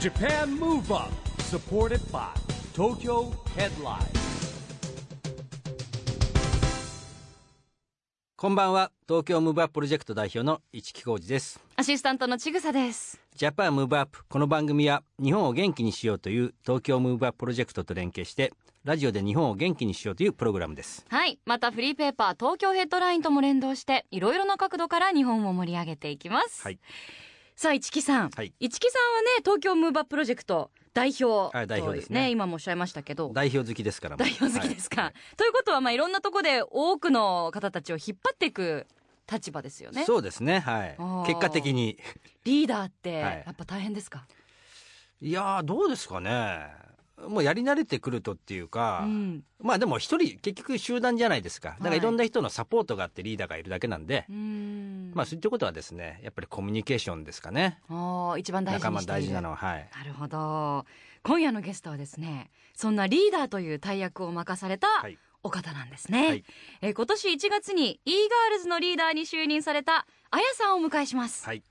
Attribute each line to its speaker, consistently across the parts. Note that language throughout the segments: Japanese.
Speaker 1: Japan Move Up supported by Tokyo Headline
Speaker 2: こんばんは東京ムーブアッププロジェクト代表の市木浩司です
Speaker 3: アシスタントのちぐさです。
Speaker 2: ジャパンムーブアップこの番組は日本を元気にしようという東京ムーブアッププロジェクトと連携してラジオで日本を元気にしようというプログラムです
Speaker 3: はい。またフリーペーパー東京ヘッドラインとも連動して、いろいろな角度から日本を盛り上げていきます。
Speaker 2: はい
Speaker 3: さあ、市木さん。
Speaker 2: はい
Speaker 3: 市木さんはね、東京ムーバープロジェクト代表。
Speaker 2: はい代表ですね
Speaker 3: という今もおっしゃいましたけど。
Speaker 2: 代表好きですからも
Speaker 3: 代表好きですか。
Speaker 2: はい
Speaker 3: ということは、まあ、いろんなとこで多くの方たちを引っ張っていく立場ですよね。
Speaker 2: そうですねは
Speaker 3: あー
Speaker 2: い結果的に
Speaker 3: リーダーって、
Speaker 2: はい
Speaker 3: やっぱ大変ですか、
Speaker 2: いやーどうですかねもうやり慣れてくるとっていうか、
Speaker 3: うん。
Speaker 2: まあでも一人結局集団じゃないですかだから
Speaker 3: はい
Speaker 2: いろんな人のサポートがあってリーダーがいるだけなんで、
Speaker 3: うん。
Speaker 2: まあそういったことはですねやっぱりコミュニケーションですかね
Speaker 3: ああ、一番大事
Speaker 2: 仲
Speaker 3: に
Speaker 2: 間
Speaker 3: している。
Speaker 2: 大事なのははい
Speaker 3: なるほど今夜のゲストはですねそんなリーダーという大役を任された
Speaker 2: はい
Speaker 3: お方なんですね、
Speaker 2: はい
Speaker 3: えー今年1月に e ガールズのリーダーに就任されたあやさんをお迎えします、
Speaker 2: はい。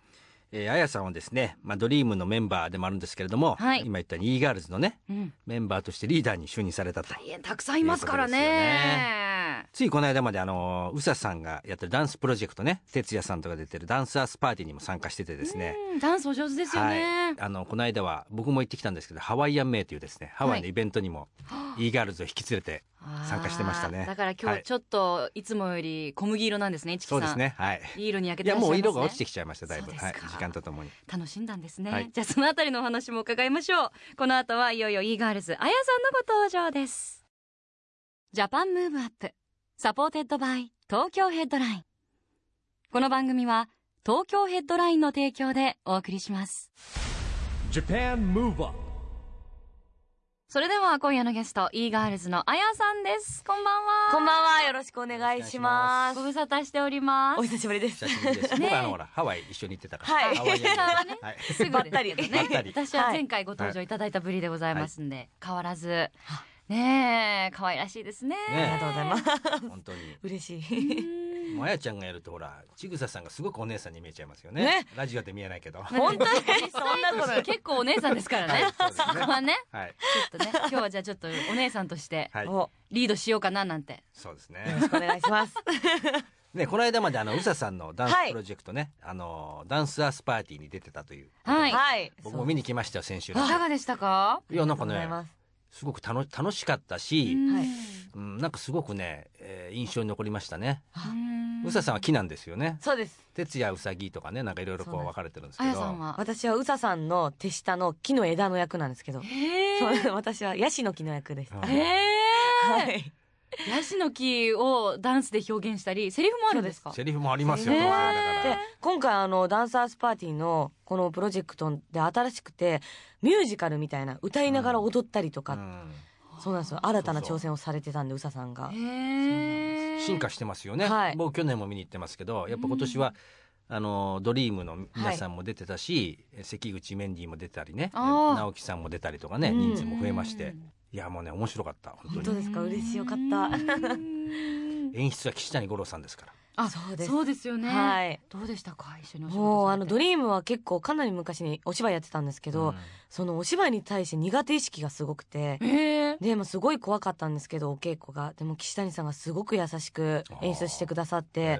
Speaker 2: えー、あやさんはですね、まあ、ドリームのメンバーでもあるんですけれども、
Speaker 3: はい
Speaker 2: 今言ったように e ガールズのね、
Speaker 3: うん、
Speaker 2: メンバーとしてリーダーに就任されたと。
Speaker 3: 大変たくさんいますからね
Speaker 2: ついこの間まであのー、うささんがやってるダンスプロジェクトね、哲也さんとか出てるダンスアースパーティーにも参加しててですね、
Speaker 3: うんダンスお上手ですよね、
Speaker 2: あの、この間は僕も行ってきたんですけど、ハワイアンメイというですね、ハワイのイベントにも、e ガールズを引き連れて
Speaker 3: あー
Speaker 2: 参加してましたね。
Speaker 3: だから今
Speaker 2: は
Speaker 3: 日
Speaker 2: い
Speaker 3: ちょっといつもより小麦色なんですね、市木さ
Speaker 2: そ
Speaker 3: ん
Speaker 2: うですね、はい。
Speaker 3: いい色に焼け
Speaker 2: い
Speaker 3: てら
Speaker 2: や、
Speaker 3: っし
Speaker 2: も
Speaker 3: ゃいます
Speaker 2: う
Speaker 3: ね
Speaker 2: 色が落ちてきちゃいました、だいぶ。
Speaker 3: そうです
Speaker 2: はい
Speaker 3: か。
Speaker 2: 時間とともに。
Speaker 3: 楽しんだんですね、
Speaker 2: はい
Speaker 3: じゃあそのあたりのお話も伺いましょうこの後はいよいよ e ガールズあやさんのご登場ですジャパンムーブアップサポーテッドバイ東京ヘッドラインこの番組は東京ヘッドラインの提供でお送りします
Speaker 1: Japan Move Up
Speaker 3: それでは今夜のゲスト e ガールズのあやさんですこんばんは
Speaker 4: こんばんは、よろしくお願いします。
Speaker 3: ご無沙汰しておりま
Speaker 4: お
Speaker 3: す
Speaker 4: 久しぶりです
Speaker 2: 久。しぶり です。
Speaker 3: ね
Speaker 2: 僕あの、ほら、ハワイ一緒に行ってたから。
Speaker 4: はい
Speaker 2: ハ ワイアンメイ
Speaker 3: ね
Speaker 2: はい。
Speaker 3: すぐ
Speaker 4: ばったり
Speaker 3: で す
Speaker 2: ばった
Speaker 3: ね
Speaker 2: り
Speaker 3: 私は前回ご登場いただいたぶりでございますんで、変わらずねえ可愛らしいですね
Speaker 2: ねえありがとう
Speaker 4: ございます
Speaker 2: 本当に。
Speaker 4: 嬉し
Speaker 3: う
Speaker 4: い。
Speaker 3: ーん
Speaker 2: もやちゃんがやるとほらちぐささんがすごくお姉さんに見えちゃいますよね
Speaker 4: ね
Speaker 2: ラジオで見えないけどはい
Speaker 4: 本当にそんなことない
Speaker 3: 結構お姉さんですからね。
Speaker 2: そうです
Speaker 3: そこはね、
Speaker 2: はい
Speaker 3: ちょっとね、今日はじゃあちょっとお姉さんとして
Speaker 2: はい
Speaker 4: お、よ
Speaker 3: リードしようかななんて。
Speaker 2: そうです
Speaker 4: ろ
Speaker 2: ね
Speaker 4: しくお願い します。
Speaker 2: ねこの間まであのうささんのダンス
Speaker 4: はい
Speaker 2: プロジェクトね、あのダンスアースパーティーに出てたという
Speaker 3: はい。
Speaker 4: はい。
Speaker 2: 僕も見に来ましたよ先週
Speaker 3: いかがでしたか？
Speaker 2: いやなんか
Speaker 4: ありがとうござ
Speaker 2: ね
Speaker 4: います
Speaker 2: すごく楽楽しかった
Speaker 3: う
Speaker 2: し、
Speaker 3: ん
Speaker 4: はい
Speaker 2: うん、なんかすごくね、えー印象に残りましたね
Speaker 3: うん
Speaker 2: うささんは木なんですよね
Speaker 4: そうです。
Speaker 2: 哲也うさぎとかねなんかいろいろこ
Speaker 4: そう
Speaker 2: う
Speaker 4: なんで
Speaker 2: 分
Speaker 4: す
Speaker 2: かれてるんです
Speaker 3: あ
Speaker 2: け
Speaker 3: や
Speaker 2: ど
Speaker 3: さんは。
Speaker 4: 私はうささんの手下の木の枝の役なんですけど。
Speaker 3: へ
Speaker 4: そう
Speaker 3: え。
Speaker 4: 私はヤシの木の役です。
Speaker 2: うん
Speaker 4: は
Speaker 3: へえ。
Speaker 4: い。
Speaker 3: ヤシの木をダンスで表現したり、セリフもあるんですか？
Speaker 2: セリフもありますよ
Speaker 3: ね
Speaker 2: 当
Speaker 3: え
Speaker 2: 然だから
Speaker 4: で、今回あの、ダンサースパーティーのこのプロジェクトで新しくて、ミュージカルみたいな、歌いながら踊ったりと
Speaker 2: う
Speaker 4: か、
Speaker 2: ん
Speaker 4: そうなんですよ。新たな挑戦をされてたんで、うささんが。
Speaker 3: へえ。
Speaker 2: 進化してますよね、
Speaker 4: はい
Speaker 2: 僕去年も見に行ってますけどやっぱ今年は、あのドリームの皆さんも出てたし、関口メンディーも出たりね
Speaker 3: あー
Speaker 2: 直樹さんも出たりとかね
Speaker 4: うん
Speaker 2: 人数も増えまし
Speaker 3: う
Speaker 2: て
Speaker 3: ん
Speaker 2: いやもうね面白かった本
Speaker 4: 本
Speaker 2: 当
Speaker 4: 当
Speaker 2: に
Speaker 4: ですか嬉しいよかった。
Speaker 3: うん
Speaker 2: 演出は岸谷五郎さんですから
Speaker 3: あ、
Speaker 4: そうです
Speaker 3: そうですよね。
Speaker 4: はい。
Speaker 3: どうでしたか一緒にお仕事されて
Speaker 4: もうあのドリームは結構かなり昔にお芝居やってたんですけど、
Speaker 2: うん
Speaker 4: そのお芝居に対して苦手意識がすごくて、
Speaker 3: へえ
Speaker 4: でもすごい怖かったんですけどお稽古がでも岸谷さんがすごく優しく演出してくださって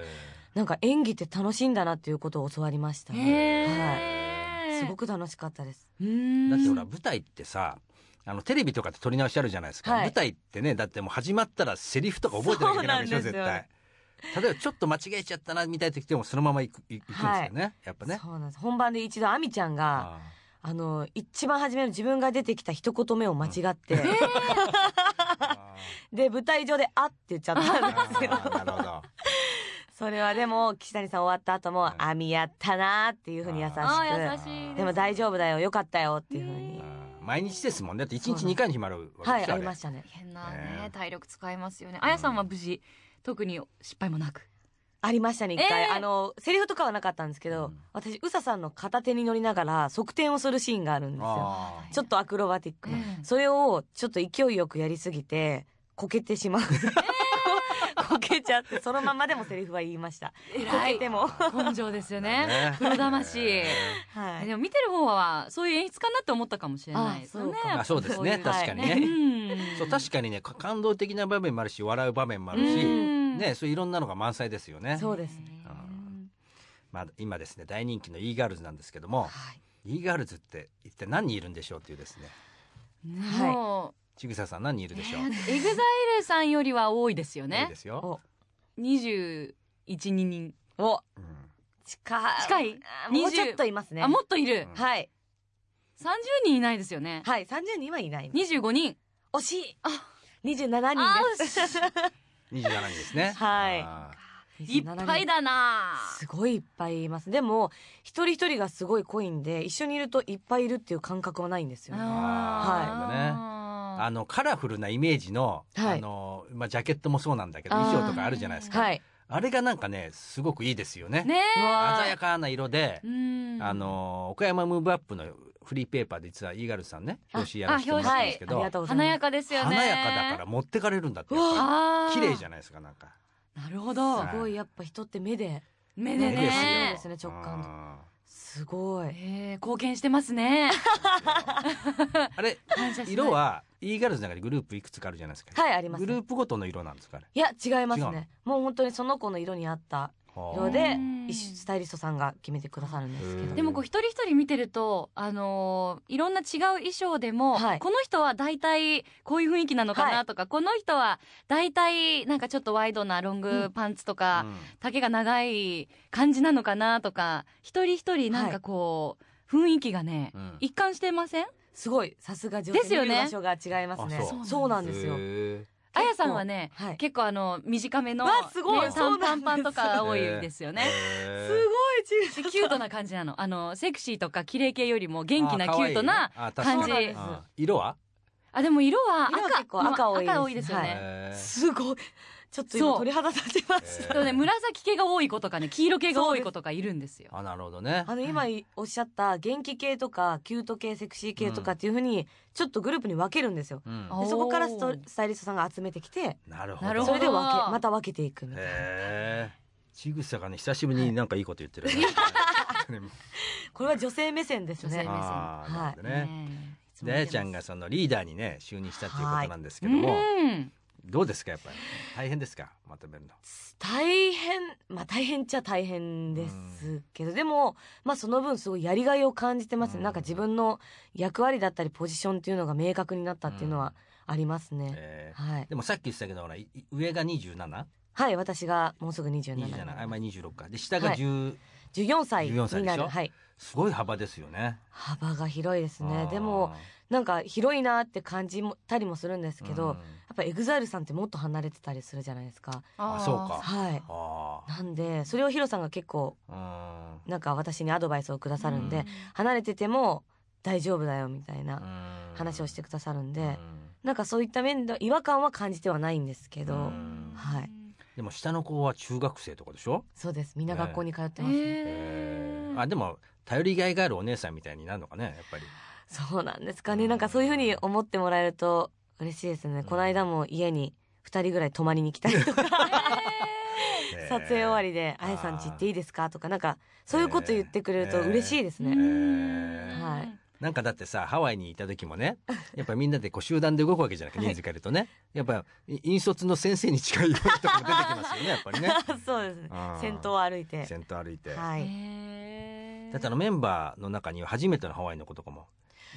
Speaker 4: なんか演技って楽しいんだなっていうことを教わりました、
Speaker 3: へえ
Speaker 4: すごく楽しかったです
Speaker 3: うーん
Speaker 2: だってほら舞台ってさあのテレビとかって撮り直しあるじゃないですか、
Speaker 4: はい
Speaker 2: 舞台ってねだってもう始まったらセリフとか覚えてなきゃいけないでしょ
Speaker 4: そうな
Speaker 2: 絶
Speaker 4: んですよ
Speaker 2: 対例えばちょっと間違えちゃったなみたいな時でもそのまま行く行くんですよね、やっぱね
Speaker 4: そうなんです本番で一度亜美ちゃんが
Speaker 2: あー
Speaker 4: あの一番初めの自分が出てきた一言目を間違って、
Speaker 2: あ
Speaker 4: で舞台上で「あ」って言っちゃったんですけ ど
Speaker 2: ーなるほど
Speaker 4: それはでも岸谷さん終わった後も
Speaker 2: はい
Speaker 4: 「あみやったな」っていうふうに優しく
Speaker 3: あー優しい
Speaker 4: でも大丈夫だよよかったよっていうふうに
Speaker 2: あー毎日ですもんねだって一
Speaker 4: そうな
Speaker 2: 日
Speaker 4: ん
Speaker 2: 2回に決まるわけ
Speaker 4: は
Speaker 2: で
Speaker 4: い
Speaker 2: しょ、
Speaker 4: ありま
Speaker 2: れ
Speaker 4: したね
Speaker 3: 大変な
Speaker 2: ね
Speaker 3: ね体力使いますよねあやさんは無事特に失敗もなく
Speaker 4: ありましたね一回、
Speaker 3: えー
Speaker 4: あのセリフとかはなかったんですけど、
Speaker 2: うん
Speaker 4: 私うささんの片手に乗りながら側転をするシーンがあるんですよ
Speaker 2: あー
Speaker 4: ちょっとアクロバティックな、
Speaker 3: うん
Speaker 4: それをちょっと勢いよくやりすぎてこけてしまう、こけちゃってそのままでもセリフは言いましたこ
Speaker 3: 偉
Speaker 4: け
Speaker 3: い
Speaker 4: ても
Speaker 3: 根性ですよ ねプロ魂
Speaker 4: は
Speaker 3: え
Speaker 4: い
Speaker 3: でも見てる方はそういう演出かなって思ったかもしれないですよね
Speaker 4: あそう
Speaker 2: まあそうですね
Speaker 4: そういう
Speaker 2: 確かにね、
Speaker 3: うん
Speaker 2: そう確かにねか感動的な場面もあるし笑う場面もある
Speaker 3: う
Speaker 2: し、
Speaker 3: ん
Speaker 2: ねそういろんなのが満載ですよね
Speaker 4: そうですね
Speaker 2: あまあ、今ですね大人気の e ガールズなんですけども
Speaker 4: はい
Speaker 2: e ガールズって一体何人いるんでしょうっていうですね
Speaker 4: はい
Speaker 3: も
Speaker 2: ちぐささん何人いる
Speaker 3: う
Speaker 2: でしょう、
Speaker 3: エグザイルさんよりは多いですよ
Speaker 2: 多い
Speaker 3: ね
Speaker 2: ですよ、
Speaker 4: お
Speaker 3: 21、2人
Speaker 4: お
Speaker 2: うん
Speaker 4: 近い
Speaker 3: 近い
Speaker 4: あもうちょっといますね
Speaker 3: あもっといる
Speaker 2: うん
Speaker 4: はい
Speaker 3: 30人いないですよね
Speaker 4: はい30人はいない
Speaker 3: 25人
Speaker 4: 惜しい27
Speaker 3: あ
Speaker 4: 人です
Speaker 2: 27人ですね
Speaker 4: はい
Speaker 2: あ
Speaker 3: いっぱいだな
Speaker 4: すごいいっぱいいますでも一人一人がすごい濃いんで一緒にいるといっぱいいるっていう感覚はないんですよね
Speaker 3: あー
Speaker 2: ーあのカラフルなイメージの,、
Speaker 4: はい
Speaker 2: あのまあ、ジャケットもそうなんだけど
Speaker 4: あー
Speaker 2: 衣装とかあるじゃないですかあ,、
Speaker 4: はい
Speaker 2: れがなんかねすごくいいですよね
Speaker 3: ねえ
Speaker 2: 鮮やかな色で、
Speaker 3: うん
Speaker 2: あの岡山ムーブアップのフリーペーパーで実は e ガールズさんね表紙やらせてもらったんですけ
Speaker 4: あり
Speaker 2: ど、
Speaker 4: がとうございます
Speaker 3: 華やかですよね
Speaker 2: 華やかだから持ってかれるんだってやっぱ
Speaker 3: あ
Speaker 2: り
Speaker 3: ー
Speaker 2: 綺麗じゃないですかなんか
Speaker 3: なるほど
Speaker 2: か
Speaker 4: すごいやっぱ人って目で
Speaker 3: 目で
Speaker 2: 目ですよ
Speaker 3: ね
Speaker 4: ですね直感で
Speaker 2: あ
Speaker 4: すごい
Speaker 3: えー貢献してます ね
Speaker 2: ーあれ
Speaker 3: 感謝しない
Speaker 2: 色は e ガールズの中でグループいくつかあるじゃないですか、
Speaker 4: はいあります
Speaker 2: グル
Speaker 4: ね
Speaker 2: ープごとの色なんですかね
Speaker 4: いや違います
Speaker 2: 違うの
Speaker 4: ねもう本当にその子の色に合った色
Speaker 3: う
Speaker 4: で
Speaker 3: ん
Speaker 4: 一緒スタイリストさんが決めてくださるんですけ
Speaker 2: へー
Speaker 4: ど
Speaker 3: でもこう一人一人見てるとあのーいろんな違う衣装でも、
Speaker 4: はい
Speaker 3: この人は大体こういう雰囲気なのかなとか、この人は大体なんかちょっとワイドなロングパンツとか、
Speaker 2: うん
Speaker 3: 丈が長い感じなのかなとか一人一人なんかこう、雰囲気がね、
Speaker 2: うん
Speaker 3: 一貫してません
Speaker 4: すごいさすが女
Speaker 3: で
Speaker 4: 性
Speaker 3: すよ
Speaker 4: の
Speaker 3: ね
Speaker 4: 場所が違いますね
Speaker 2: あ
Speaker 3: そう
Speaker 4: そうなんですよ
Speaker 2: へー
Speaker 3: あやさんはね、
Speaker 4: はい
Speaker 3: 結構あの短めの、ね
Speaker 4: わ、すごいそう
Speaker 3: 短
Speaker 4: な
Speaker 3: パ
Speaker 4: ん
Speaker 3: ン
Speaker 4: です
Speaker 3: パンとかが多いですよね。
Speaker 2: へー
Speaker 4: い
Speaker 3: でキュートな感じなのあのセクシーとか綺麗系よりも元気なキュートな
Speaker 2: あ可愛いねあ
Speaker 3: 感じあ,、
Speaker 2: 確かにうん色は
Speaker 3: でも色は
Speaker 4: 色は結構
Speaker 3: 赤
Speaker 4: 赤多いです
Speaker 3: 赤多いですよね、
Speaker 4: はい
Speaker 2: へー
Speaker 4: すごいちょっ
Speaker 3: そ
Speaker 4: と今
Speaker 3: う
Speaker 4: 鳥肌立ちまし
Speaker 2: え
Speaker 4: た
Speaker 2: ー
Speaker 3: でもね紫系が多い子とかね黄色系が多い子とかいるんですよ
Speaker 2: あなるほどね
Speaker 4: あの今おっしゃった元気系とかキュート系セクシー系とかっていうふうにちょっとグループに分けるんですよ
Speaker 2: うん
Speaker 3: あ
Speaker 4: でそこから
Speaker 3: お
Speaker 4: ス
Speaker 3: ー
Speaker 4: トスタイリストさんが集めてきて
Speaker 2: なるほど
Speaker 3: なるほ
Speaker 4: そ
Speaker 3: ど
Speaker 4: れで分けまた分けていくみたいな
Speaker 2: へえちぐさがね久しぶりになんかいいこと言ってる ね、
Speaker 4: これは女性目線です
Speaker 3: 女性
Speaker 4: ね
Speaker 3: 目線
Speaker 2: あーなるほどね、
Speaker 3: ねえいつも
Speaker 2: で
Speaker 3: 見
Speaker 2: あや
Speaker 3: てます
Speaker 2: ちゃんがそのリーダーにね就任したっていうことなんですけども、
Speaker 3: うん
Speaker 2: どうですかやっぱり大変ですかまとめるの
Speaker 4: 大変まあ大変っちゃ大変ですけどでもまあその分すごいやりがいを感じてます
Speaker 2: う
Speaker 4: ね
Speaker 2: ん
Speaker 4: なんか自分の役割だったりポジションっていうのが明確になったっていうのはありますね
Speaker 2: えー
Speaker 4: はい
Speaker 2: でもさっき言ってたけどほらいい上が 27?27
Speaker 4: はい私がもうすぐ
Speaker 2: 27あ
Speaker 4: 27
Speaker 2: まあ26かで下が10、
Speaker 4: 14歳
Speaker 2: 14歳
Speaker 4: に
Speaker 2: で
Speaker 4: な
Speaker 2: しょ
Speaker 4: るはい
Speaker 2: すごい幅ですよね
Speaker 4: 幅が広いですね
Speaker 2: あー
Speaker 4: でもなんか広いなって感じもたりもするんですけど、
Speaker 2: う
Speaker 4: や
Speaker 2: ん
Speaker 4: っぱエグザイルさんってもっと離れてたりするじゃないですか
Speaker 2: あそうか
Speaker 4: はい
Speaker 2: あ
Speaker 4: なんでそれをヒロさんが結構
Speaker 2: あ
Speaker 4: なんか私にアドバイスをくださるんで、
Speaker 2: う
Speaker 4: 離れてても大丈夫だよみたいな
Speaker 2: うん
Speaker 4: 話をしてくださるんで、
Speaker 2: うん
Speaker 4: なんかそういった面で違和感は感じてはないんですけど、
Speaker 2: うん
Speaker 4: はい
Speaker 2: でも下の子は中学生とかでしょ、
Speaker 4: そうですみんな学校に通ってます、ね
Speaker 3: えー
Speaker 2: あでも頼りがいがあるお姉さんみたいになるのかねやっぱり
Speaker 4: そうなんですかねなんかそういうふうに思ってもらえると嬉しいですね、この間も家に2人ぐらい泊まりに来たりとか
Speaker 2: ね
Speaker 4: 撮影終わりで「あやさんち行っていいですか?」とかなんかそういうこと言ってくれると嬉しいです
Speaker 2: え
Speaker 4: ね。
Speaker 2: ー
Speaker 4: はい
Speaker 2: なんかだってさハワイにいた時もねやっぱみんなでこう集団で動くわけじゃなくて
Speaker 4: はい
Speaker 2: 人数変えるとね、やっぱい引率の先生に近いようなとこも出てきますよねやっぱ りね
Speaker 4: そうですね
Speaker 2: あー
Speaker 4: 先頭を歩いて
Speaker 2: 先頭歩いて、
Speaker 4: はい
Speaker 3: えー
Speaker 2: だってあのメンバーの中には初めてのハワイの子とかも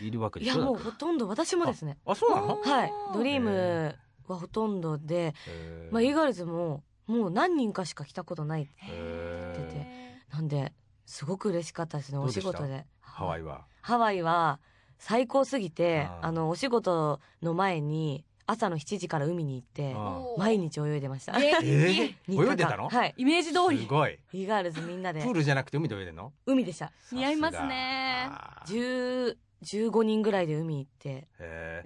Speaker 2: いるわけ
Speaker 4: い
Speaker 2: でしょ
Speaker 4: やもう
Speaker 2: だって
Speaker 4: ほとんど私もですね
Speaker 2: あそうなの
Speaker 3: お、
Speaker 4: はい
Speaker 3: おー
Speaker 4: ドリームはほとんどで
Speaker 2: えー
Speaker 4: まあイーガールズももう何人かしか来たことない
Speaker 2: えー
Speaker 4: 出てなんですごく嬉しかったですね
Speaker 2: ど
Speaker 4: お
Speaker 2: うでし
Speaker 4: 仕
Speaker 2: た
Speaker 4: 事で
Speaker 2: ハワイは
Speaker 4: ハワイは最高すぎて
Speaker 2: あー
Speaker 4: あのお仕事の前に朝の7時から海に行って
Speaker 2: あー
Speaker 4: 毎日 泳いでました
Speaker 3: えー
Speaker 2: え
Speaker 4: 3日間
Speaker 2: ー、泳いでたの、
Speaker 4: はい
Speaker 3: イメージ通
Speaker 2: す
Speaker 3: り
Speaker 2: ごい
Speaker 4: イーガールズみんな
Speaker 2: プ
Speaker 4: で
Speaker 2: ールじゃなくて海で泳いでんの
Speaker 4: 海でした
Speaker 3: 似合いますね
Speaker 2: さすが
Speaker 4: 10 15人ぐらいで海行って
Speaker 2: へ
Speaker 3: え
Speaker 2: え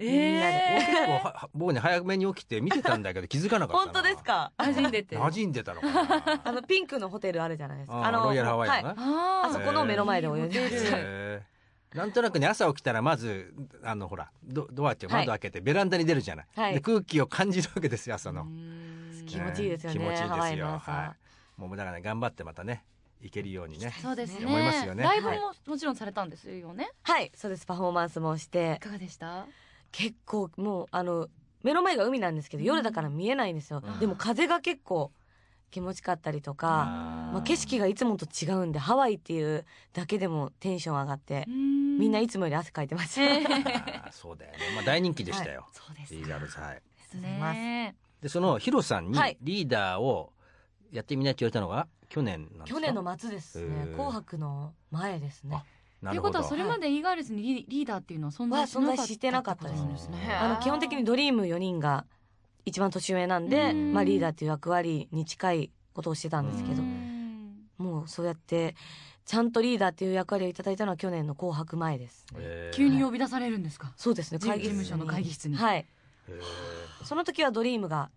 Speaker 4: え
Speaker 2: 結構はは僕ね早めに起きて見てたんだけど気づかなかったな
Speaker 4: 本当ですか
Speaker 3: 馴染んで て
Speaker 2: 馴染んでたのかな
Speaker 4: あのピンクのホテルあるじゃないですか
Speaker 2: あ
Speaker 4: の
Speaker 2: ロイヤルハワイの
Speaker 4: は
Speaker 2: ね
Speaker 4: い、
Speaker 3: あー
Speaker 4: あそこの目の前で泳いでま
Speaker 3: いいホテ
Speaker 4: した
Speaker 2: へ
Speaker 3: ル
Speaker 2: えなんとなくね朝起きたらまずあのほらドドアっていうか窓開けてベランダに出るじゃない、
Speaker 4: はい
Speaker 2: で空気を感じるわけですよ朝の、
Speaker 3: うんうん
Speaker 4: 気持ちいいですよね
Speaker 2: 気持ちいい
Speaker 4: ハワ
Speaker 2: です
Speaker 4: イ
Speaker 2: よ。
Speaker 4: の朝
Speaker 2: はい。もうだからね頑張ってまたね行けるようにね。
Speaker 3: そうですね
Speaker 2: 思いますよね
Speaker 3: ライブももちろんされたんですよね
Speaker 4: はいそうですパフォーマンスもして
Speaker 3: いかがでした
Speaker 4: 結構もうあの目の前が海なんですけど
Speaker 3: うん
Speaker 4: 夜だから見えないんですよ、
Speaker 2: うん
Speaker 4: でも風が結構気持ちかったりとか、
Speaker 2: あー
Speaker 4: まあ、景色がいつもと違うんでハワイっていうだけでもテンション上がって、み
Speaker 3: み
Speaker 4: んないつもより汗かいてました、
Speaker 3: え
Speaker 2: あー そうだよね。まあ大人気でしたよ。
Speaker 3: そうです
Speaker 2: リーガールズはい。
Speaker 4: とうございます
Speaker 3: ね
Speaker 2: でそのヒロさんに
Speaker 4: はい
Speaker 2: リーダーをやってみないって言われたのが去年なんですか。
Speaker 4: 去年の末ですね
Speaker 2: へー
Speaker 4: 「紅白」の前ですね
Speaker 2: な
Speaker 3: とい
Speaker 2: る
Speaker 3: う
Speaker 2: ほ
Speaker 3: こと
Speaker 2: ど。
Speaker 3: はそれまでイーガールズにリリーダーっていうのは存在しなかった
Speaker 4: は存在してなかったで
Speaker 3: って
Speaker 4: す
Speaker 3: ことですね
Speaker 4: あの基本的にドリーム4人が一番年上なんで、
Speaker 3: うん
Speaker 4: まあ、リーダーっていう役割に近いことをしてたんですけど
Speaker 2: う、
Speaker 4: もうそうやってちゃんとリーダーっていう役割をいただいたのは去年の「紅白」前ですね、
Speaker 2: えー
Speaker 3: 急に呼び出されるんですか
Speaker 4: そうですね
Speaker 3: 事務
Speaker 4: 会議室に
Speaker 3: 事務所の会議室に
Speaker 4: はい
Speaker 2: へ
Speaker 4: その時はドリームが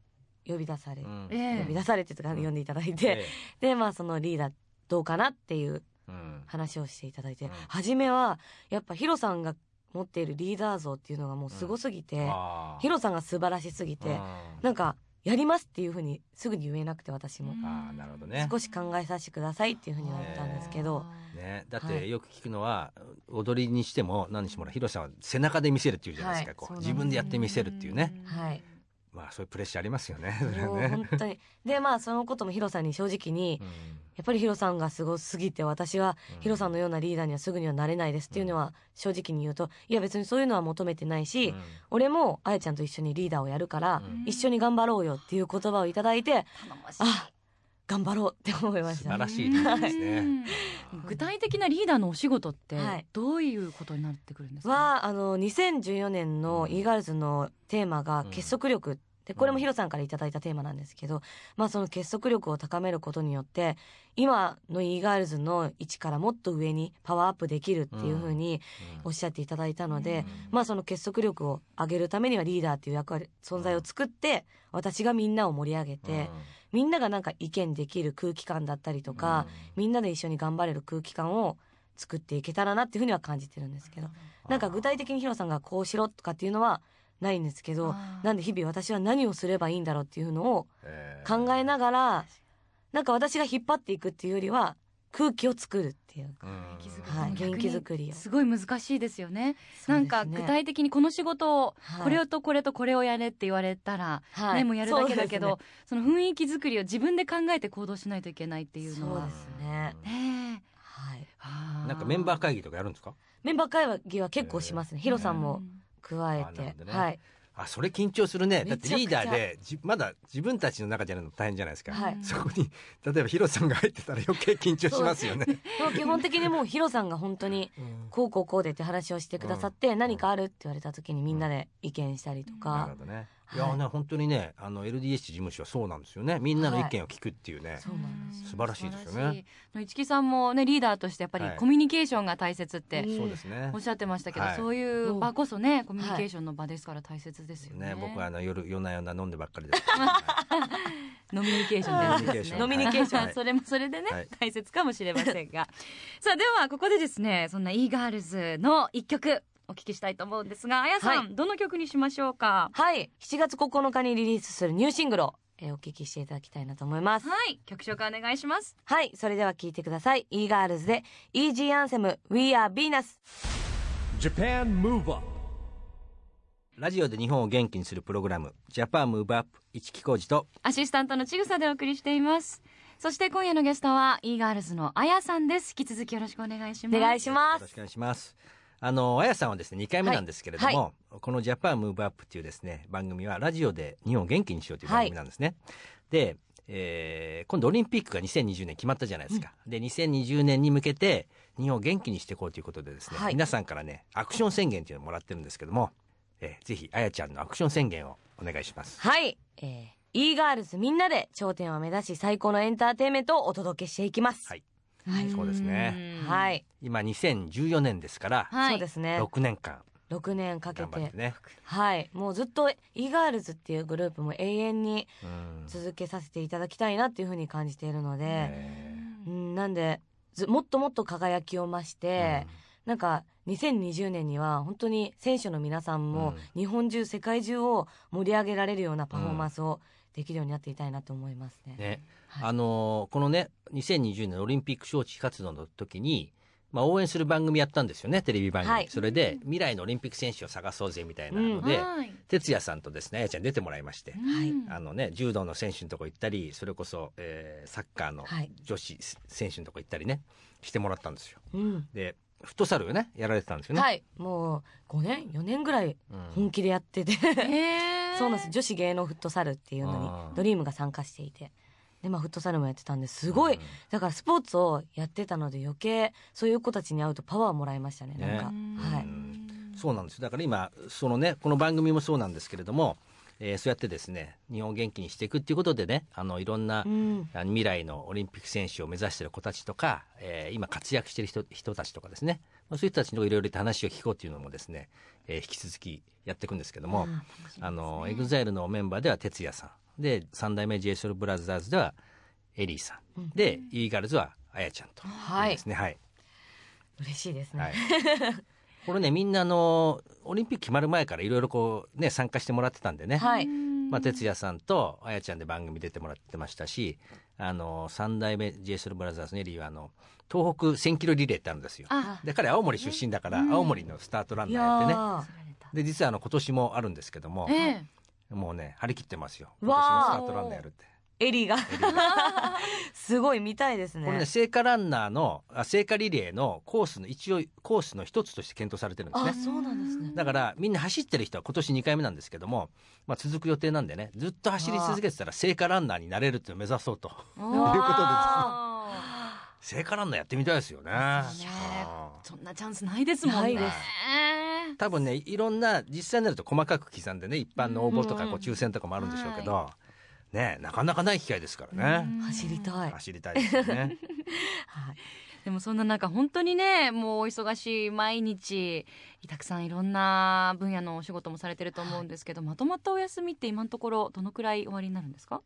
Speaker 4: 呼び出され、
Speaker 2: ーうん
Speaker 3: ええ
Speaker 4: 呼び出されてとか呼んでいただいて、
Speaker 2: え
Speaker 4: でまあそのリーダーどうかなっていう
Speaker 2: えうん
Speaker 4: 話をしていただいて、
Speaker 2: うん
Speaker 4: 初めはやっぱヒロさんが持っているリーダー像っていうのがもうすごすぎて、
Speaker 2: あー
Speaker 4: ヒロさんが素晴らしすぎて、
Speaker 2: うん
Speaker 4: なんかやりますっていうふうにすぐに言えなくて私も、
Speaker 2: あーなるほどね
Speaker 4: 少し考えさせてくださいっていうふうに言われたんですけど、
Speaker 2: ね、だっ
Speaker 4: は
Speaker 2: て
Speaker 4: い
Speaker 2: よく聞くのは、踊りにしても何にしてもほらヒロさんは背中で見せるっていうじゃないですか、
Speaker 4: はい
Speaker 2: こ
Speaker 4: そううなんです
Speaker 2: 自分でやってみせるっていうね
Speaker 4: はい
Speaker 2: まあそういうプレッシャーありますよ ね。それ
Speaker 4: もう
Speaker 2: はね
Speaker 4: 本当にでまあそのこともヒロさんに正直に、
Speaker 2: うん
Speaker 4: やっぱりヒロさんがすごすぎて私は
Speaker 2: うん
Speaker 4: ヒロさんのようなリーダーにはすぐにはなれないですっていうのは正直に言うといや別にそういうのは求めてないし、
Speaker 2: うん
Speaker 4: 俺もあやちゃんと一緒にリーダーをやるから、
Speaker 2: うん
Speaker 4: 一緒に頑張ろうよっていう言葉をいただいて
Speaker 3: 頼もしい
Speaker 4: あ頑張ろうって思いまし
Speaker 2: 素晴
Speaker 4: た
Speaker 2: らしいリーダーですね
Speaker 3: うん具体的なリーダーのお仕事って
Speaker 4: はい
Speaker 3: どういうことになってくるんですか
Speaker 4: はあの2014年の e ガールズのテーマが
Speaker 2: うん
Speaker 4: 結束力、でこれもヒロさんからいただいたテーマなんですけど、まあ、その結束力を高めることによって今の e ガールズの位置からもっと上にパワーアップできるっていうふうにおっしゃっていただいたので、まあその結束力を上げるためにはリーダーっていう役割存在を作って私がみんなを盛り上げて、みんながなんか意見できる空気感だったりと
Speaker 2: と
Speaker 4: か、みんなで一緒に頑張れる空気感を作っていけたらなっていうふうには感じてるんですけどなんか具体的にヒロさんがこうしろとかっていうのはないんですけど
Speaker 3: あー
Speaker 4: なんで日々私は何をすればいいんだろうっていうのを考えな
Speaker 2: が
Speaker 4: がらなんか私が引っ張っていくっていうよりは空気を作るっていう、
Speaker 2: ら、うん
Speaker 3: 気づく
Speaker 4: はい、
Speaker 3: 逆に
Speaker 4: 元気づくりを、
Speaker 3: すごい難しいですよねなんか
Speaker 4: そうで
Speaker 3: 具
Speaker 4: すね
Speaker 3: 体的にこの仕事を
Speaker 4: はい
Speaker 3: これをとこれとこれをやれって言われたら
Speaker 4: はい
Speaker 3: ねもうやるだけだけ
Speaker 4: そ
Speaker 3: どその雰囲気作りを自分で考えて行動しないといけないっていうの
Speaker 4: そう
Speaker 3: は
Speaker 4: ですね
Speaker 2: うん
Speaker 3: ねえ
Speaker 4: はい、
Speaker 3: あ
Speaker 2: なんかメンバー会議とかやるんですか
Speaker 4: メンバー会議は結構しますね、ヒロさんも加え
Speaker 2: あなる
Speaker 4: て
Speaker 2: ほ、どね
Speaker 4: はい
Speaker 2: あそれ緊張するねだっ
Speaker 4: め
Speaker 2: て
Speaker 4: ちゃく
Speaker 2: リー
Speaker 4: ちゃ
Speaker 2: ダーでじまだ自分たちの中でやるの大変じゃないですか、
Speaker 4: はい
Speaker 2: そこに例えばヒロさんが入ってたら余計緊張しますよね。
Speaker 4: でも基本的にもうヒロさんが本当に
Speaker 2: うん
Speaker 4: こうこうこうでって話をしてくださって、何かあるって言われた時にみんなで意見したりと
Speaker 2: なる
Speaker 4: か
Speaker 2: ほ、どね。
Speaker 4: はいい
Speaker 2: やね本当にねあの LDH 事務所はそうなんですよね。みんなの
Speaker 4: はい
Speaker 2: 意見を聞くっていうね。
Speaker 4: そうなんです
Speaker 2: よ素晴らしいですよね
Speaker 3: 素晴らしいあの市木さんもねリーダーとしてやっぱり
Speaker 2: はい
Speaker 3: コミュニケーションが大切って、
Speaker 4: うん
Speaker 2: そうですね
Speaker 3: おっ。しゃってましたけど、
Speaker 2: はい
Speaker 3: そういう場こそねコミュニケーションの場ですから大切ですよね,、
Speaker 2: ね僕はあの夜夜な夜な飲んでばっかりですから。はい
Speaker 3: ノミニケーション
Speaker 2: ノミニケ
Speaker 3: 大事
Speaker 2: ー
Speaker 3: で
Speaker 2: シ
Speaker 3: す
Speaker 2: ョ
Speaker 3: ね
Speaker 2: ンノミニ
Speaker 4: ケーション
Speaker 2: はい
Speaker 3: それもそれでね、
Speaker 2: はい
Speaker 3: 大切かもしれませんがさあではここでですねそんな e ガールズの一曲お聞きしたいと思うんですがあやさん、
Speaker 4: は
Speaker 3: どの曲にしましょうか
Speaker 4: はい7月9日にリリースするニューシングルを、えーお聞きしていただきたいなと思います
Speaker 3: はい曲紹介お願いします
Speaker 4: はいそれでは聴いてください e ガールズで Easy Anthem We Are Venus
Speaker 1: Japan Move Up
Speaker 2: ラジオで日本を元気にするプログラムジャパンムーブアップ一木工事と
Speaker 3: アシスタントのちぐさでお送りしていますそして今夜のゲストは e ガールズのあやさんです引き続きよろしくお願いします
Speaker 4: お願いしま
Speaker 2: よろ
Speaker 4: す
Speaker 2: しくお願いします。あのあやさんはですね2回目なんですけれども、
Speaker 4: は
Speaker 2: このジャパンムーブアップっていうですね番組はラジオで日本を元気にしようという番組なんですね。で、えー今度オリンピックが2020年決まったじゃないですか。で2020年に向けて日本を元気にしていこうということでですね、
Speaker 4: はい
Speaker 2: 皆さんからねアクション宣言っていうのをもらってるんですけども、えーぜひあやちゃんのアクション宣言をお願いします。
Speaker 4: はい、えー、e ガールズみんなで頂点を目指し最高のエンターテインメントをお届けしていきます
Speaker 2: はい
Speaker 3: はい
Speaker 2: そうですね
Speaker 4: はいい、
Speaker 2: 今2014年ですから、
Speaker 3: はい
Speaker 4: そうですね
Speaker 2: 6年間
Speaker 4: 6年かけ
Speaker 2: 頑張って
Speaker 4: て
Speaker 2: ね。
Speaker 4: はいもうずっと e ガールズっていうグループも永遠に
Speaker 2: うん
Speaker 4: 続けさせていただきたいなっていうふうに感じているので、
Speaker 2: え
Speaker 4: うん、なんでずもっともっと輝きを増し
Speaker 2: ー
Speaker 4: て、なんか2020年には本当に選手の皆さんも日本中世界中を盛り上げられるようなパフォーマンスをできるようになっていたいなと思いますね。
Speaker 2: ね
Speaker 4: はい
Speaker 2: あのーこのね2020年オリンピック招致活動の時に、まあ、応援する番組やったんですよねテレビ番組、
Speaker 4: はい
Speaker 2: それで未来のオリンピック選手を探そうぜみたいなので、
Speaker 3: はい
Speaker 2: 哲也さんとですねあやちゃん出てもらいまして、
Speaker 4: はい
Speaker 3: うん
Speaker 2: あのね柔道の選手のとこ行ったりそれこそ、えーサッカーの
Speaker 4: はい
Speaker 2: 女子選手のとこ行ったりねしてもらったんですよ
Speaker 4: うん
Speaker 2: でフットサルをねやられてたんですよね、
Speaker 4: はい、もう5年4年ぐらい
Speaker 2: うん
Speaker 4: 本気でやってて、
Speaker 3: へー
Speaker 4: そうなんです女子芸能フットサルっていうの
Speaker 2: あー
Speaker 4: にドリームが参加していてで、まあ、フットサルもやってたんですごい、だからスポーツをやってたので余計そういう子たちに会うとパワーもらいましたねなんか、
Speaker 3: うん
Speaker 4: はい
Speaker 2: そうなんですよだから今そのねこの番組もそうなんですけれども、えーそうやってですね日本を元気にしていくっていうことでねあのいろんな、
Speaker 4: うん
Speaker 2: あの未来のオリンピック選手を目指している子たちとか、えー今活躍している人人たちとかですね、まあ、そういう人たちのいろいろと話を聞こうっていうのもですね、えー引き続きやっていくんですけども、あのエグザイルのメンバーでは哲也さんで三代目 j s o u l b r o t h e r s ではエリーさん、
Speaker 4: うん
Speaker 2: で e ーガルズはあやちゃんと
Speaker 4: はい
Speaker 2: ですねはい、
Speaker 4: 嬉しいですね、
Speaker 2: はいこれねみんなあのオリンピック決まる前からいろいろこうね参加してもらってたんでね、
Speaker 4: はい
Speaker 2: まあ、哲也さんとあやちゃんで番組出てもらってましたしあの三代目 j s o u l b r o t h e r s のエリーはあの東北1 0 0 0キロリレーってあるんですよ
Speaker 3: あ
Speaker 2: で彼青森出身だから、
Speaker 3: うん
Speaker 2: 青森のスタートラン
Speaker 4: い
Speaker 2: ナ
Speaker 4: や
Speaker 2: ーやってね
Speaker 4: ー
Speaker 2: で実はあの今年もあるんですけども、
Speaker 3: ええ
Speaker 2: もうね張り切ってますよ今
Speaker 4: わ
Speaker 2: 年
Speaker 4: あ
Speaker 2: もスタートランナーやるって。
Speaker 4: エリがすごい見たいです
Speaker 2: これね、
Speaker 4: ね
Speaker 2: 聖火ランナーの、あ聖火リレーのコースの、一応、コースの一つとして検討されてるんです
Speaker 4: あ
Speaker 2: ね。
Speaker 4: そうなんですね
Speaker 2: だから、みんな走ってる人は今年2回目なんですけども、まあ、続く予定なんでね、ずっと走り続けてたら聖火ランナーになれるっていうのを目指そうと。
Speaker 3: わ
Speaker 2: ということで
Speaker 3: あ
Speaker 2: 聖火ランナーやってみたいですよね。
Speaker 3: そうね
Speaker 2: あー
Speaker 3: そんなチャンスないですもんね
Speaker 4: ないです
Speaker 2: 多分ね、いろんな、実際になると細かく刻んでね、一般の応募と
Speaker 4: う
Speaker 2: か、
Speaker 4: ん
Speaker 2: こう、抽選とかもあるんでしょうけど、ね、なかなかない機会ですからね。
Speaker 4: 走りたい、
Speaker 2: 走りたいですよ ね。
Speaker 4: はい、
Speaker 3: でもそんな中本当にねもうお忙しい毎日たくさんいろんな分野のお仕事もされてると思うんですけど、まとまったお休みって今のところどのくらい終わりになるんですか、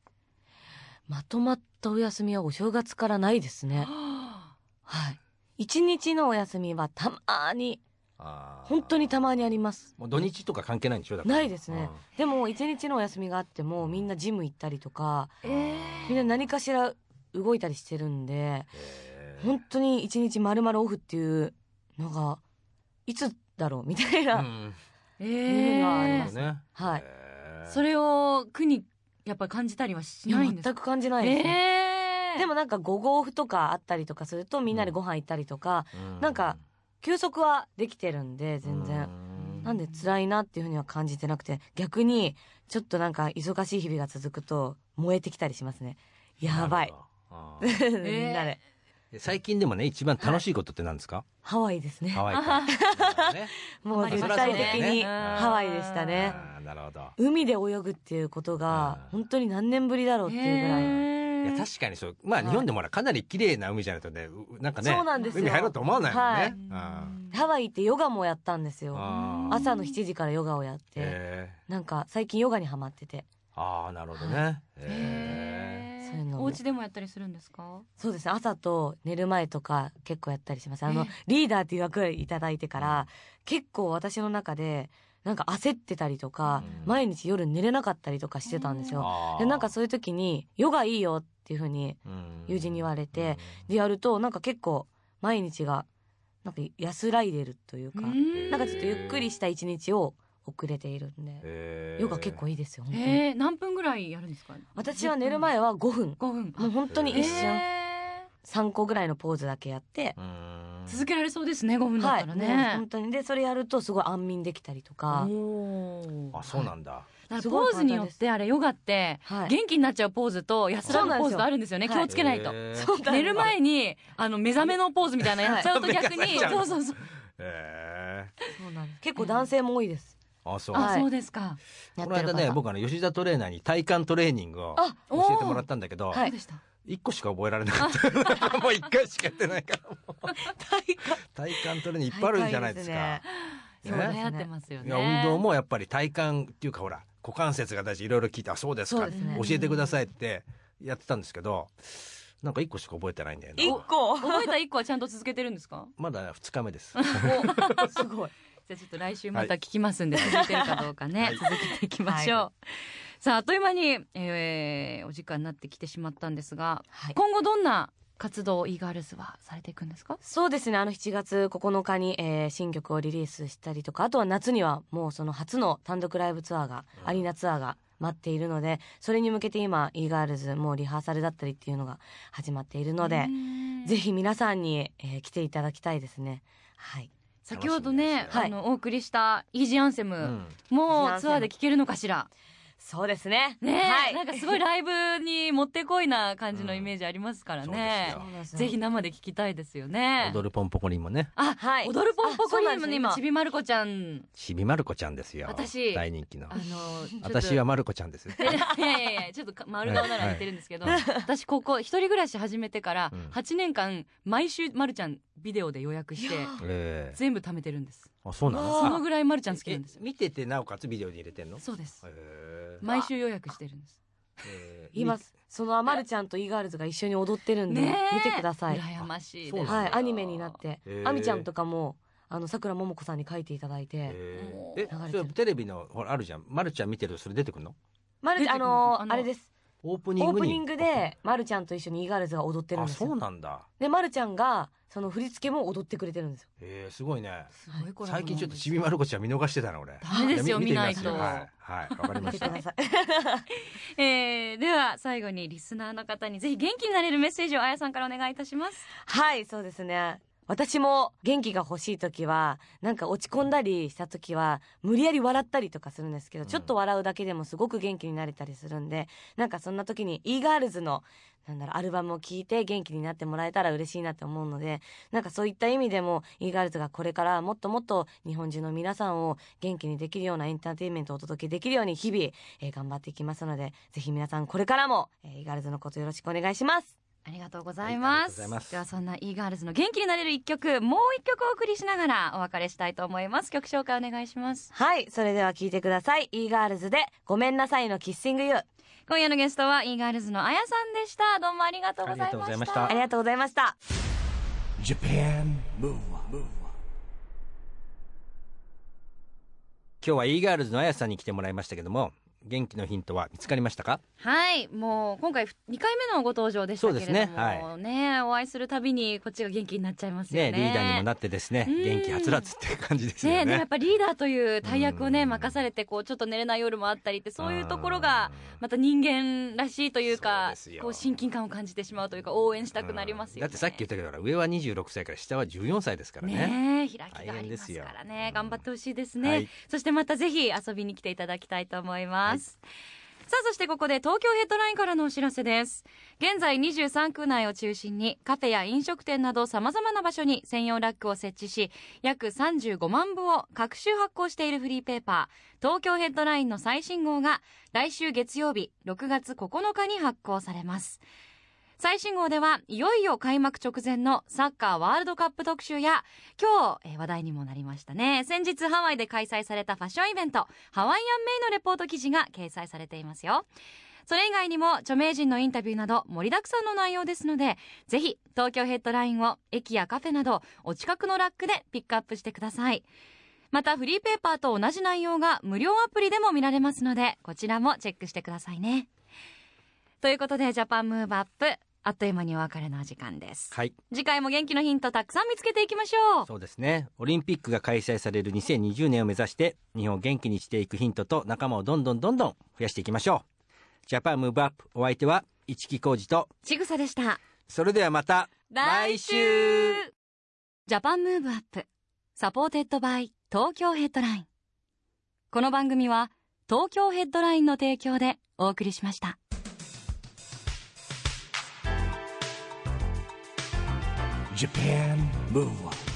Speaker 4: まとまったお休みはお正月からないですね
Speaker 3: は
Speaker 4: はい一日のお休みはたまーに
Speaker 2: あー
Speaker 4: 本当にたまにあります
Speaker 2: もう土日とか関係ないんでしょだから
Speaker 4: ないですね
Speaker 2: うん
Speaker 4: でも一日のお休みがあってもみんなジム行ったりとか
Speaker 3: え
Speaker 4: みんな何かしら動いたりしてるんで
Speaker 2: えー
Speaker 4: 本当に一日丸々オフっていうのがいつだろうみたいな、
Speaker 2: うん
Speaker 3: え
Speaker 4: いうのはあります
Speaker 2: ね。
Speaker 4: はい
Speaker 2: へー
Speaker 3: それを苦にやっぱり感じたりはし
Speaker 4: いや
Speaker 3: ないんです
Speaker 4: 全
Speaker 3: か
Speaker 4: く感じないですね、
Speaker 3: え
Speaker 4: でもなんか5合譜とかあったりとかするとみんなでご飯行ったりとかなんか休息はできてるんで全然。
Speaker 2: うん
Speaker 4: なんで辛いなっていうふうには感じてなくて逆にちょっとなんか忙しい日々が続くと燃えてきたりしますねやばい。
Speaker 2: なるほどあ
Speaker 4: みん
Speaker 2: ー
Speaker 4: なで、
Speaker 2: 最近でもね一番楽しいことって何です か？
Speaker 4: ハワイですね
Speaker 2: ハワイか。だ からね
Speaker 4: もう
Speaker 2: ハワイ
Speaker 4: 絶
Speaker 2: か
Speaker 4: 対的にハワイでしたね
Speaker 2: あーなるほど。
Speaker 4: 海で泳ぐっていうことが
Speaker 2: うん
Speaker 4: 本当に何年ぶりだろうっていうぐらい、
Speaker 2: いや確かにそうまあ日本でもほらかなり綺麗な海じゃないとねうなんかね
Speaker 4: そうなんですよ
Speaker 2: 海入ろうと思わないもん
Speaker 4: はい
Speaker 2: ねうん。
Speaker 4: ハワイってヨガもやったんですよ
Speaker 2: あー
Speaker 4: 朝の7時からヨガをやって、
Speaker 2: へー
Speaker 4: なんか最近ヨガにハマってて
Speaker 2: あーなるほどね。へ
Speaker 4: そういうのも
Speaker 3: お家でもやったりするんですか
Speaker 4: そうですね朝と寝る前とか結構やったりしますあのリーダーっていう枠をいただいてから結構私の中でなんか焦ってたりとか
Speaker 2: うん
Speaker 4: 毎日夜寝れなかったりとかしてたんです
Speaker 2: ー
Speaker 4: よ
Speaker 2: あー
Speaker 4: でなんかそういう時にヨガいいよっていう風に
Speaker 2: うん
Speaker 4: 友人に言われてでやるとなんか結構毎日がなんか安らいでるというか
Speaker 2: ん
Speaker 4: なんかちょっとゆっくりした一日を遅れているんで
Speaker 2: へー
Speaker 4: ヨガ結構いいですよ本当に
Speaker 3: えー、何分ぐらいやるんですか
Speaker 4: 私は寝る前は5分
Speaker 3: 5分
Speaker 4: もう本当に一瞬
Speaker 3: え
Speaker 4: 3個ぐらいのポーズだけやって
Speaker 2: うーん
Speaker 3: ー続けられそうですね5分だったらね、
Speaker 4: はい、もう本当にでそれやるとすごい安眠できたりとか、
Speaker 3: お
Speaker 2: あ
Speaker 3: ー
Speaker 2: そうなんだ。
Speaker 3: だから
Speaker 4: す
Speaker 3: ポ
Speaker 4: ごい
Speaker 3: ーズによ
Speaker 4: 簡単で
Speaker 3: ってあれヨガって
Speaker 4: はい、
Speaker 3: 元気になっちゃうポーズと安らぐポーズとあるんですよね
Speaker 4: そうなん
Speaker 3: 気をつ
Speaker 4: で
Speaker 3: けないと、
Speaker 2: へー
Speaker 4: そうなん だ
Speaker 3: 寝る前にあの目覚めのポーズみたいなのやっちゃうと逆に、
Speaker 2: はい
Speaker 3: そうそうそ
Speaker 2: へ
Speaker 3: う
Speaker 2: え
Speaker 4: そうなんです結構男性も多いです、
Speaker 2: あそう。
Speaker 3: あ、
Speaker 4: はい
Speaker 3: そうですか
Speaker 4: やっ
Speaker 2: こ
Speaker 4: て
Speaker 2: の
Speaker 4: る方
Speaker 2: 間ね僕あの吉田トレーナーに体幹トレーニングを
Speaker 4: あ
Speaker 2: 教えてもらったんだけど
Speaker 4: おーは
Speaker 3: ど
Speaker 4: いう
Speaker 3: でした
Speaker 2: 一個しか覚えられなかった もう一回しかやってない からもう体幹トレーニングいっぱいあるんじゃないですか
Speaker 4: 体
Speaker 2: ね
Speaker 3: 今流行ってますよ
Speaker 2: い
Speaker 3: ね
Speaker 2: や運動もやっぱり体幹っていうかほら股関節が大事いろいろ聞いてあそうです
Speaker 4: そ
Speaker 2: か
Speaker 4: うですね
Speaker 2: 教えてくださいってやってたんですけどなんか一個しか覚えてないんだよね
Speaker 4: 個
Speaker 3: 覚えた1個はちゃんと続けてるんですか
Speaker 2: まだ二日目です
Speaker 4: すごい
Speaker 3: じゃあちょっと来週また聞きますんで、続いてるかどうかね、
Speaker 2: はい
Speaker 3: 続けていきましょう。さああっという間に、えーお時間になってきてしまったんですが
Speaker 4: はい
Speaker 3: 今後どんな活動を e ガールズはされていくんですか
Speaker 4: そうですねあの7月9日に、えー新曲をリリースしたりとかあとは夏にはもうその初の単独ライブツアーが、
Speaker 2: うん
Speaker 4: アリーナツアーが待っているのでそれに向けて今 e ガールズもうリハーサルだったりっていうのが始まっているので、ぜ
Speaker 3: ひ
Speaker 4: ひ皆さんに、えー来ていただきたいですねはい
Speaker 3: 先ほど
Speaker 2: 楽しみ
Speaker 3: ね
Speaker 2: です
Speaker 4: ね
Speaker 3: あのお送りした「イージーアンセム」
Speaker 2: うん
Speaker 3: もうツアーで聴けるのかしら
Speaker 4: そうですね
Speaker 3: ねえ、
Speaker 4: はい
Speaker 3: なんかすごいライブにもってこいな感じのイメージありますからね、
Speaker 2: そう
Speaker 3: ぜひ生で聴きたいですよね
Speaker 2: 踊るポンポコリンもね
Speaker 3: あ、
Speaker 4: はい
Speaker 3: 踊るポンポコリームの今
Speaker 4: あそうなんですよ今
Speaker 3: ちびまる子ちゃん
Speaker 2: ちびまる子ちゃんですよ
Speaker 3: 私
Speaker 2: 大人気の
Speaker 3: あのちょっと
Speaker 2: 私はまる子ちゃんですよ
Speaker 3: いやいやいやちょっとか丸顔なら似てるんですけど、
Speaker 2: はいはい
Speaker 3: 私ここ一人暮らし始めてから
Speaker 2: うん
Speaker 3: 8年間毎週まるちゃんビデオで予約して
Speaker 4: いや
Speaker 2: え
Speaker 4: ー
Speaker 2: え
Speaker 3: 全部貯めてるんです
Speaker 2: あそうなの
Speaker 3: そのぐ
Speaker 2: らい
Speaker 3: らいまるちゃん好きなんですよ
Speaker 2: 見ててなおかつビデオに入れてんの
Speaker 3: そうです
Speaker 2: へえ
Speaker 3: 毎週予約してるんです
Speaker 2: ええ
Speaker 4: 今そのアマルちゃんとイーガールズが一緒に踊ってるんで、
Speaker 3: ねえ
Speaker 4: 見てください
Speaker 3: 羨ましい
Speaker 2: そう
Speaker 3: です
Speaker 2: なん
Speaker 4: は
Speaker 2: だ
Speaker 4: いアニメになって
Speaker 2: へえ
Speaker 4: アミちゃんとかもあのさくらももこさんに書いていただい
Speaker 2: え
Speaker 4: て
Speaker 2: ええ
Speaker 4: 流れてる
Speaker 2: それテレビのほらあるじゃんまるちゃん見てるとそれ出てくるの
Speaker 4: まる
Speaker 3: 出てくる
Speaker 4: あの
Speaker 3: あの
Speaker 4: あれです
Speaker 2: オープニン
Speaker 4: オ
Speaker 2: グ
Speaker 4: ー
Speaker 2: に
Speaker 4: プニングでまるちゃんと一緒にイーガールズが踊ってるん
Speaker 2: あ
Speaker 4: です
Speaker 2: そう
Speaker 4: よ
Speaker 2: なんだ
Speaker 4: でまるちゃんがその振り付けも踊ってくれてるんですよ
Speaker 2: ええすごいね
Speaker 3: すごいコラボ
Speaker 2: 最近ちょっとちびまる子ちゃん見逃してたな俺
Speaker 3: ダメです
Speaker 2: いや
Speaker 3: よ
Speaker 2: み
Speaker 3: 見ない
Speaker 2: てみま
Speaker 3: と、
Speaker 2: すよはいはいわかり
Speaker 4: 見
Speaker 2: ま
Speaker 4: て
Speaker 2: し
Speaker 4: く
Speaker 2: た
Speaker 4: ださい
Speaker 3: えーでは最後にリスナーの方にぜひ元気になれるメッセージをあやさんからお願いいたします
Speaker 4: はいそうですね私も元気が欲しい時はなんか落ち込んだりした時は無理やり笑ったりとかするんですけど、
Speaker 2: うん
Speaker 4: ちょっと笑うだけでもすごく元気になれたりするんでなんかそんな時に e ガールズのなんだろうアルバムを聴いて元気になってもらえたら嬉しいなって思うのでなんかそういった意味でも e ガールズがこれからもっともっと日本中の皆さんを元気にできるようなエンターテインメントをお届けできるように日々、えー頑張っていきますのでぜひ皆さんこれからも、えー、e ガールズのことよろしくお願いします。
Speaker 3: ありがとうございます,、
Speaker 2: はいありがとうございます
Speaker 3: ではそんな e ガールズの元気になれる一曲もう一曲お送りしながらお別れしたいと思います曲紹介お願いします
Speaker 4: はい、それでは聞いてください。e ガールズでごめんなさいのキッシングユー。
Speaker 3: 今夜のゲストは e ガールズのあやさんでしたどうもありがとうございま
Speaker 2: ありがとうございまし
Speaker 3: したた
Speaker 4: ありがとうございました。
Speaker 1: Japan Move Up, Move Up.
Speaker 2: 今日は e ガールズのあやさんに来てもらいましたけども元気のヒントは見つかりましたか
Speaker 3: はいもう今回2回目のご登場でしたけれども
Speaker 2: そう
Speaker 3: ね
Speaker 2: ですねは
Speaker 3: お会いするたびにこっちが元気になっちゃいますよね
Speaker 2: ねリーダーにもなってですね
Speaker 3: うん
Speaker 2: 元気はつらつっていう感じですよ
Speaker 3: ね
Speaker 2: ね
Speaker 3: でもやっぱリーダーという大役を
Speaker 2: う
Speaker 3: ね
Speaker 2: ん
Speaker 3: 任されてこうちょっと寝れない夜もあったりってそういうところがまた人間らしいという
Speaker 2: そう
Speaker 3: か
Speaker 2: ですよ
Speaker 3: こう親近感を感じてしまうというか応援し
Speaker 2: う
Speaker 3: た
Speaker 2: ん
Speaker 3: くなりますよね、
Speaker 2: だってさっき言ったけどほら上は26歳から下は14歳ですからね
Speaker 3: ねえ開きが
Speaker 2: 大
Speaker 3: あ
Speaker 2: 変
Speaker 3: り
Speaker 2: で
Speaker 3: ますす
Speaker 2: よ
Speaker 3: から
Speaker 2: う
Speaker 3: ね
Speaker 2: ん
Speaker 3: 頑張ってほしいですね、
Speaker 2: はい
Speaker 3: そしてまたぜひ遊びに来ていただきたいと思います、さあそしてここで東京ヘッドラインからのお知らせです現在23区内を中心にカフェや飲食店などさまざまな場所に専用ラックを設置し約35万部を各週発行しているフリーペーパー東京ヘッドラインの最新号が来週月曜日6月9日に発行されます最新号ではいよいよ開幕直前のサッカーワールドカップ特集や今日えー話題にもなりましたね先日ハワイで開催されたファッションイベントハワイアンメイのレポート記事が掲載されていますよそれ以外にも著名人のインタビューなど盛りだくさんの内容ですのでぜひ東京ヘッドラインを駅やカフェなどお近くのラックでピックアップしてくださいまたフリーペーパーと同じ内容が無料アプリでも見られますのでこちらもチェックしてくださいねということでジャパンムーブアップあっという間にお別れのお時間です、
Speaker 2: はい
Speaker 3: 次回も元気のヒントたくさん見つけていきましょう
Speaker 2: そうですねオリンピックが開催される2020年を目指して日本を元気にしていくヒントと仲間をどんどんどんどん増やしていきましょうジャパンムーブアップお相手は市木浩二と
Speaker 3: ちぐさでした
Speaker 2: それではまた
Speaker 3: ジャパンムーブアップサポーテッドバイ東京ヘッドラインこの番組は東京ヘッドラインの提供でお送りしました
Speaker 1: Japan Move Up.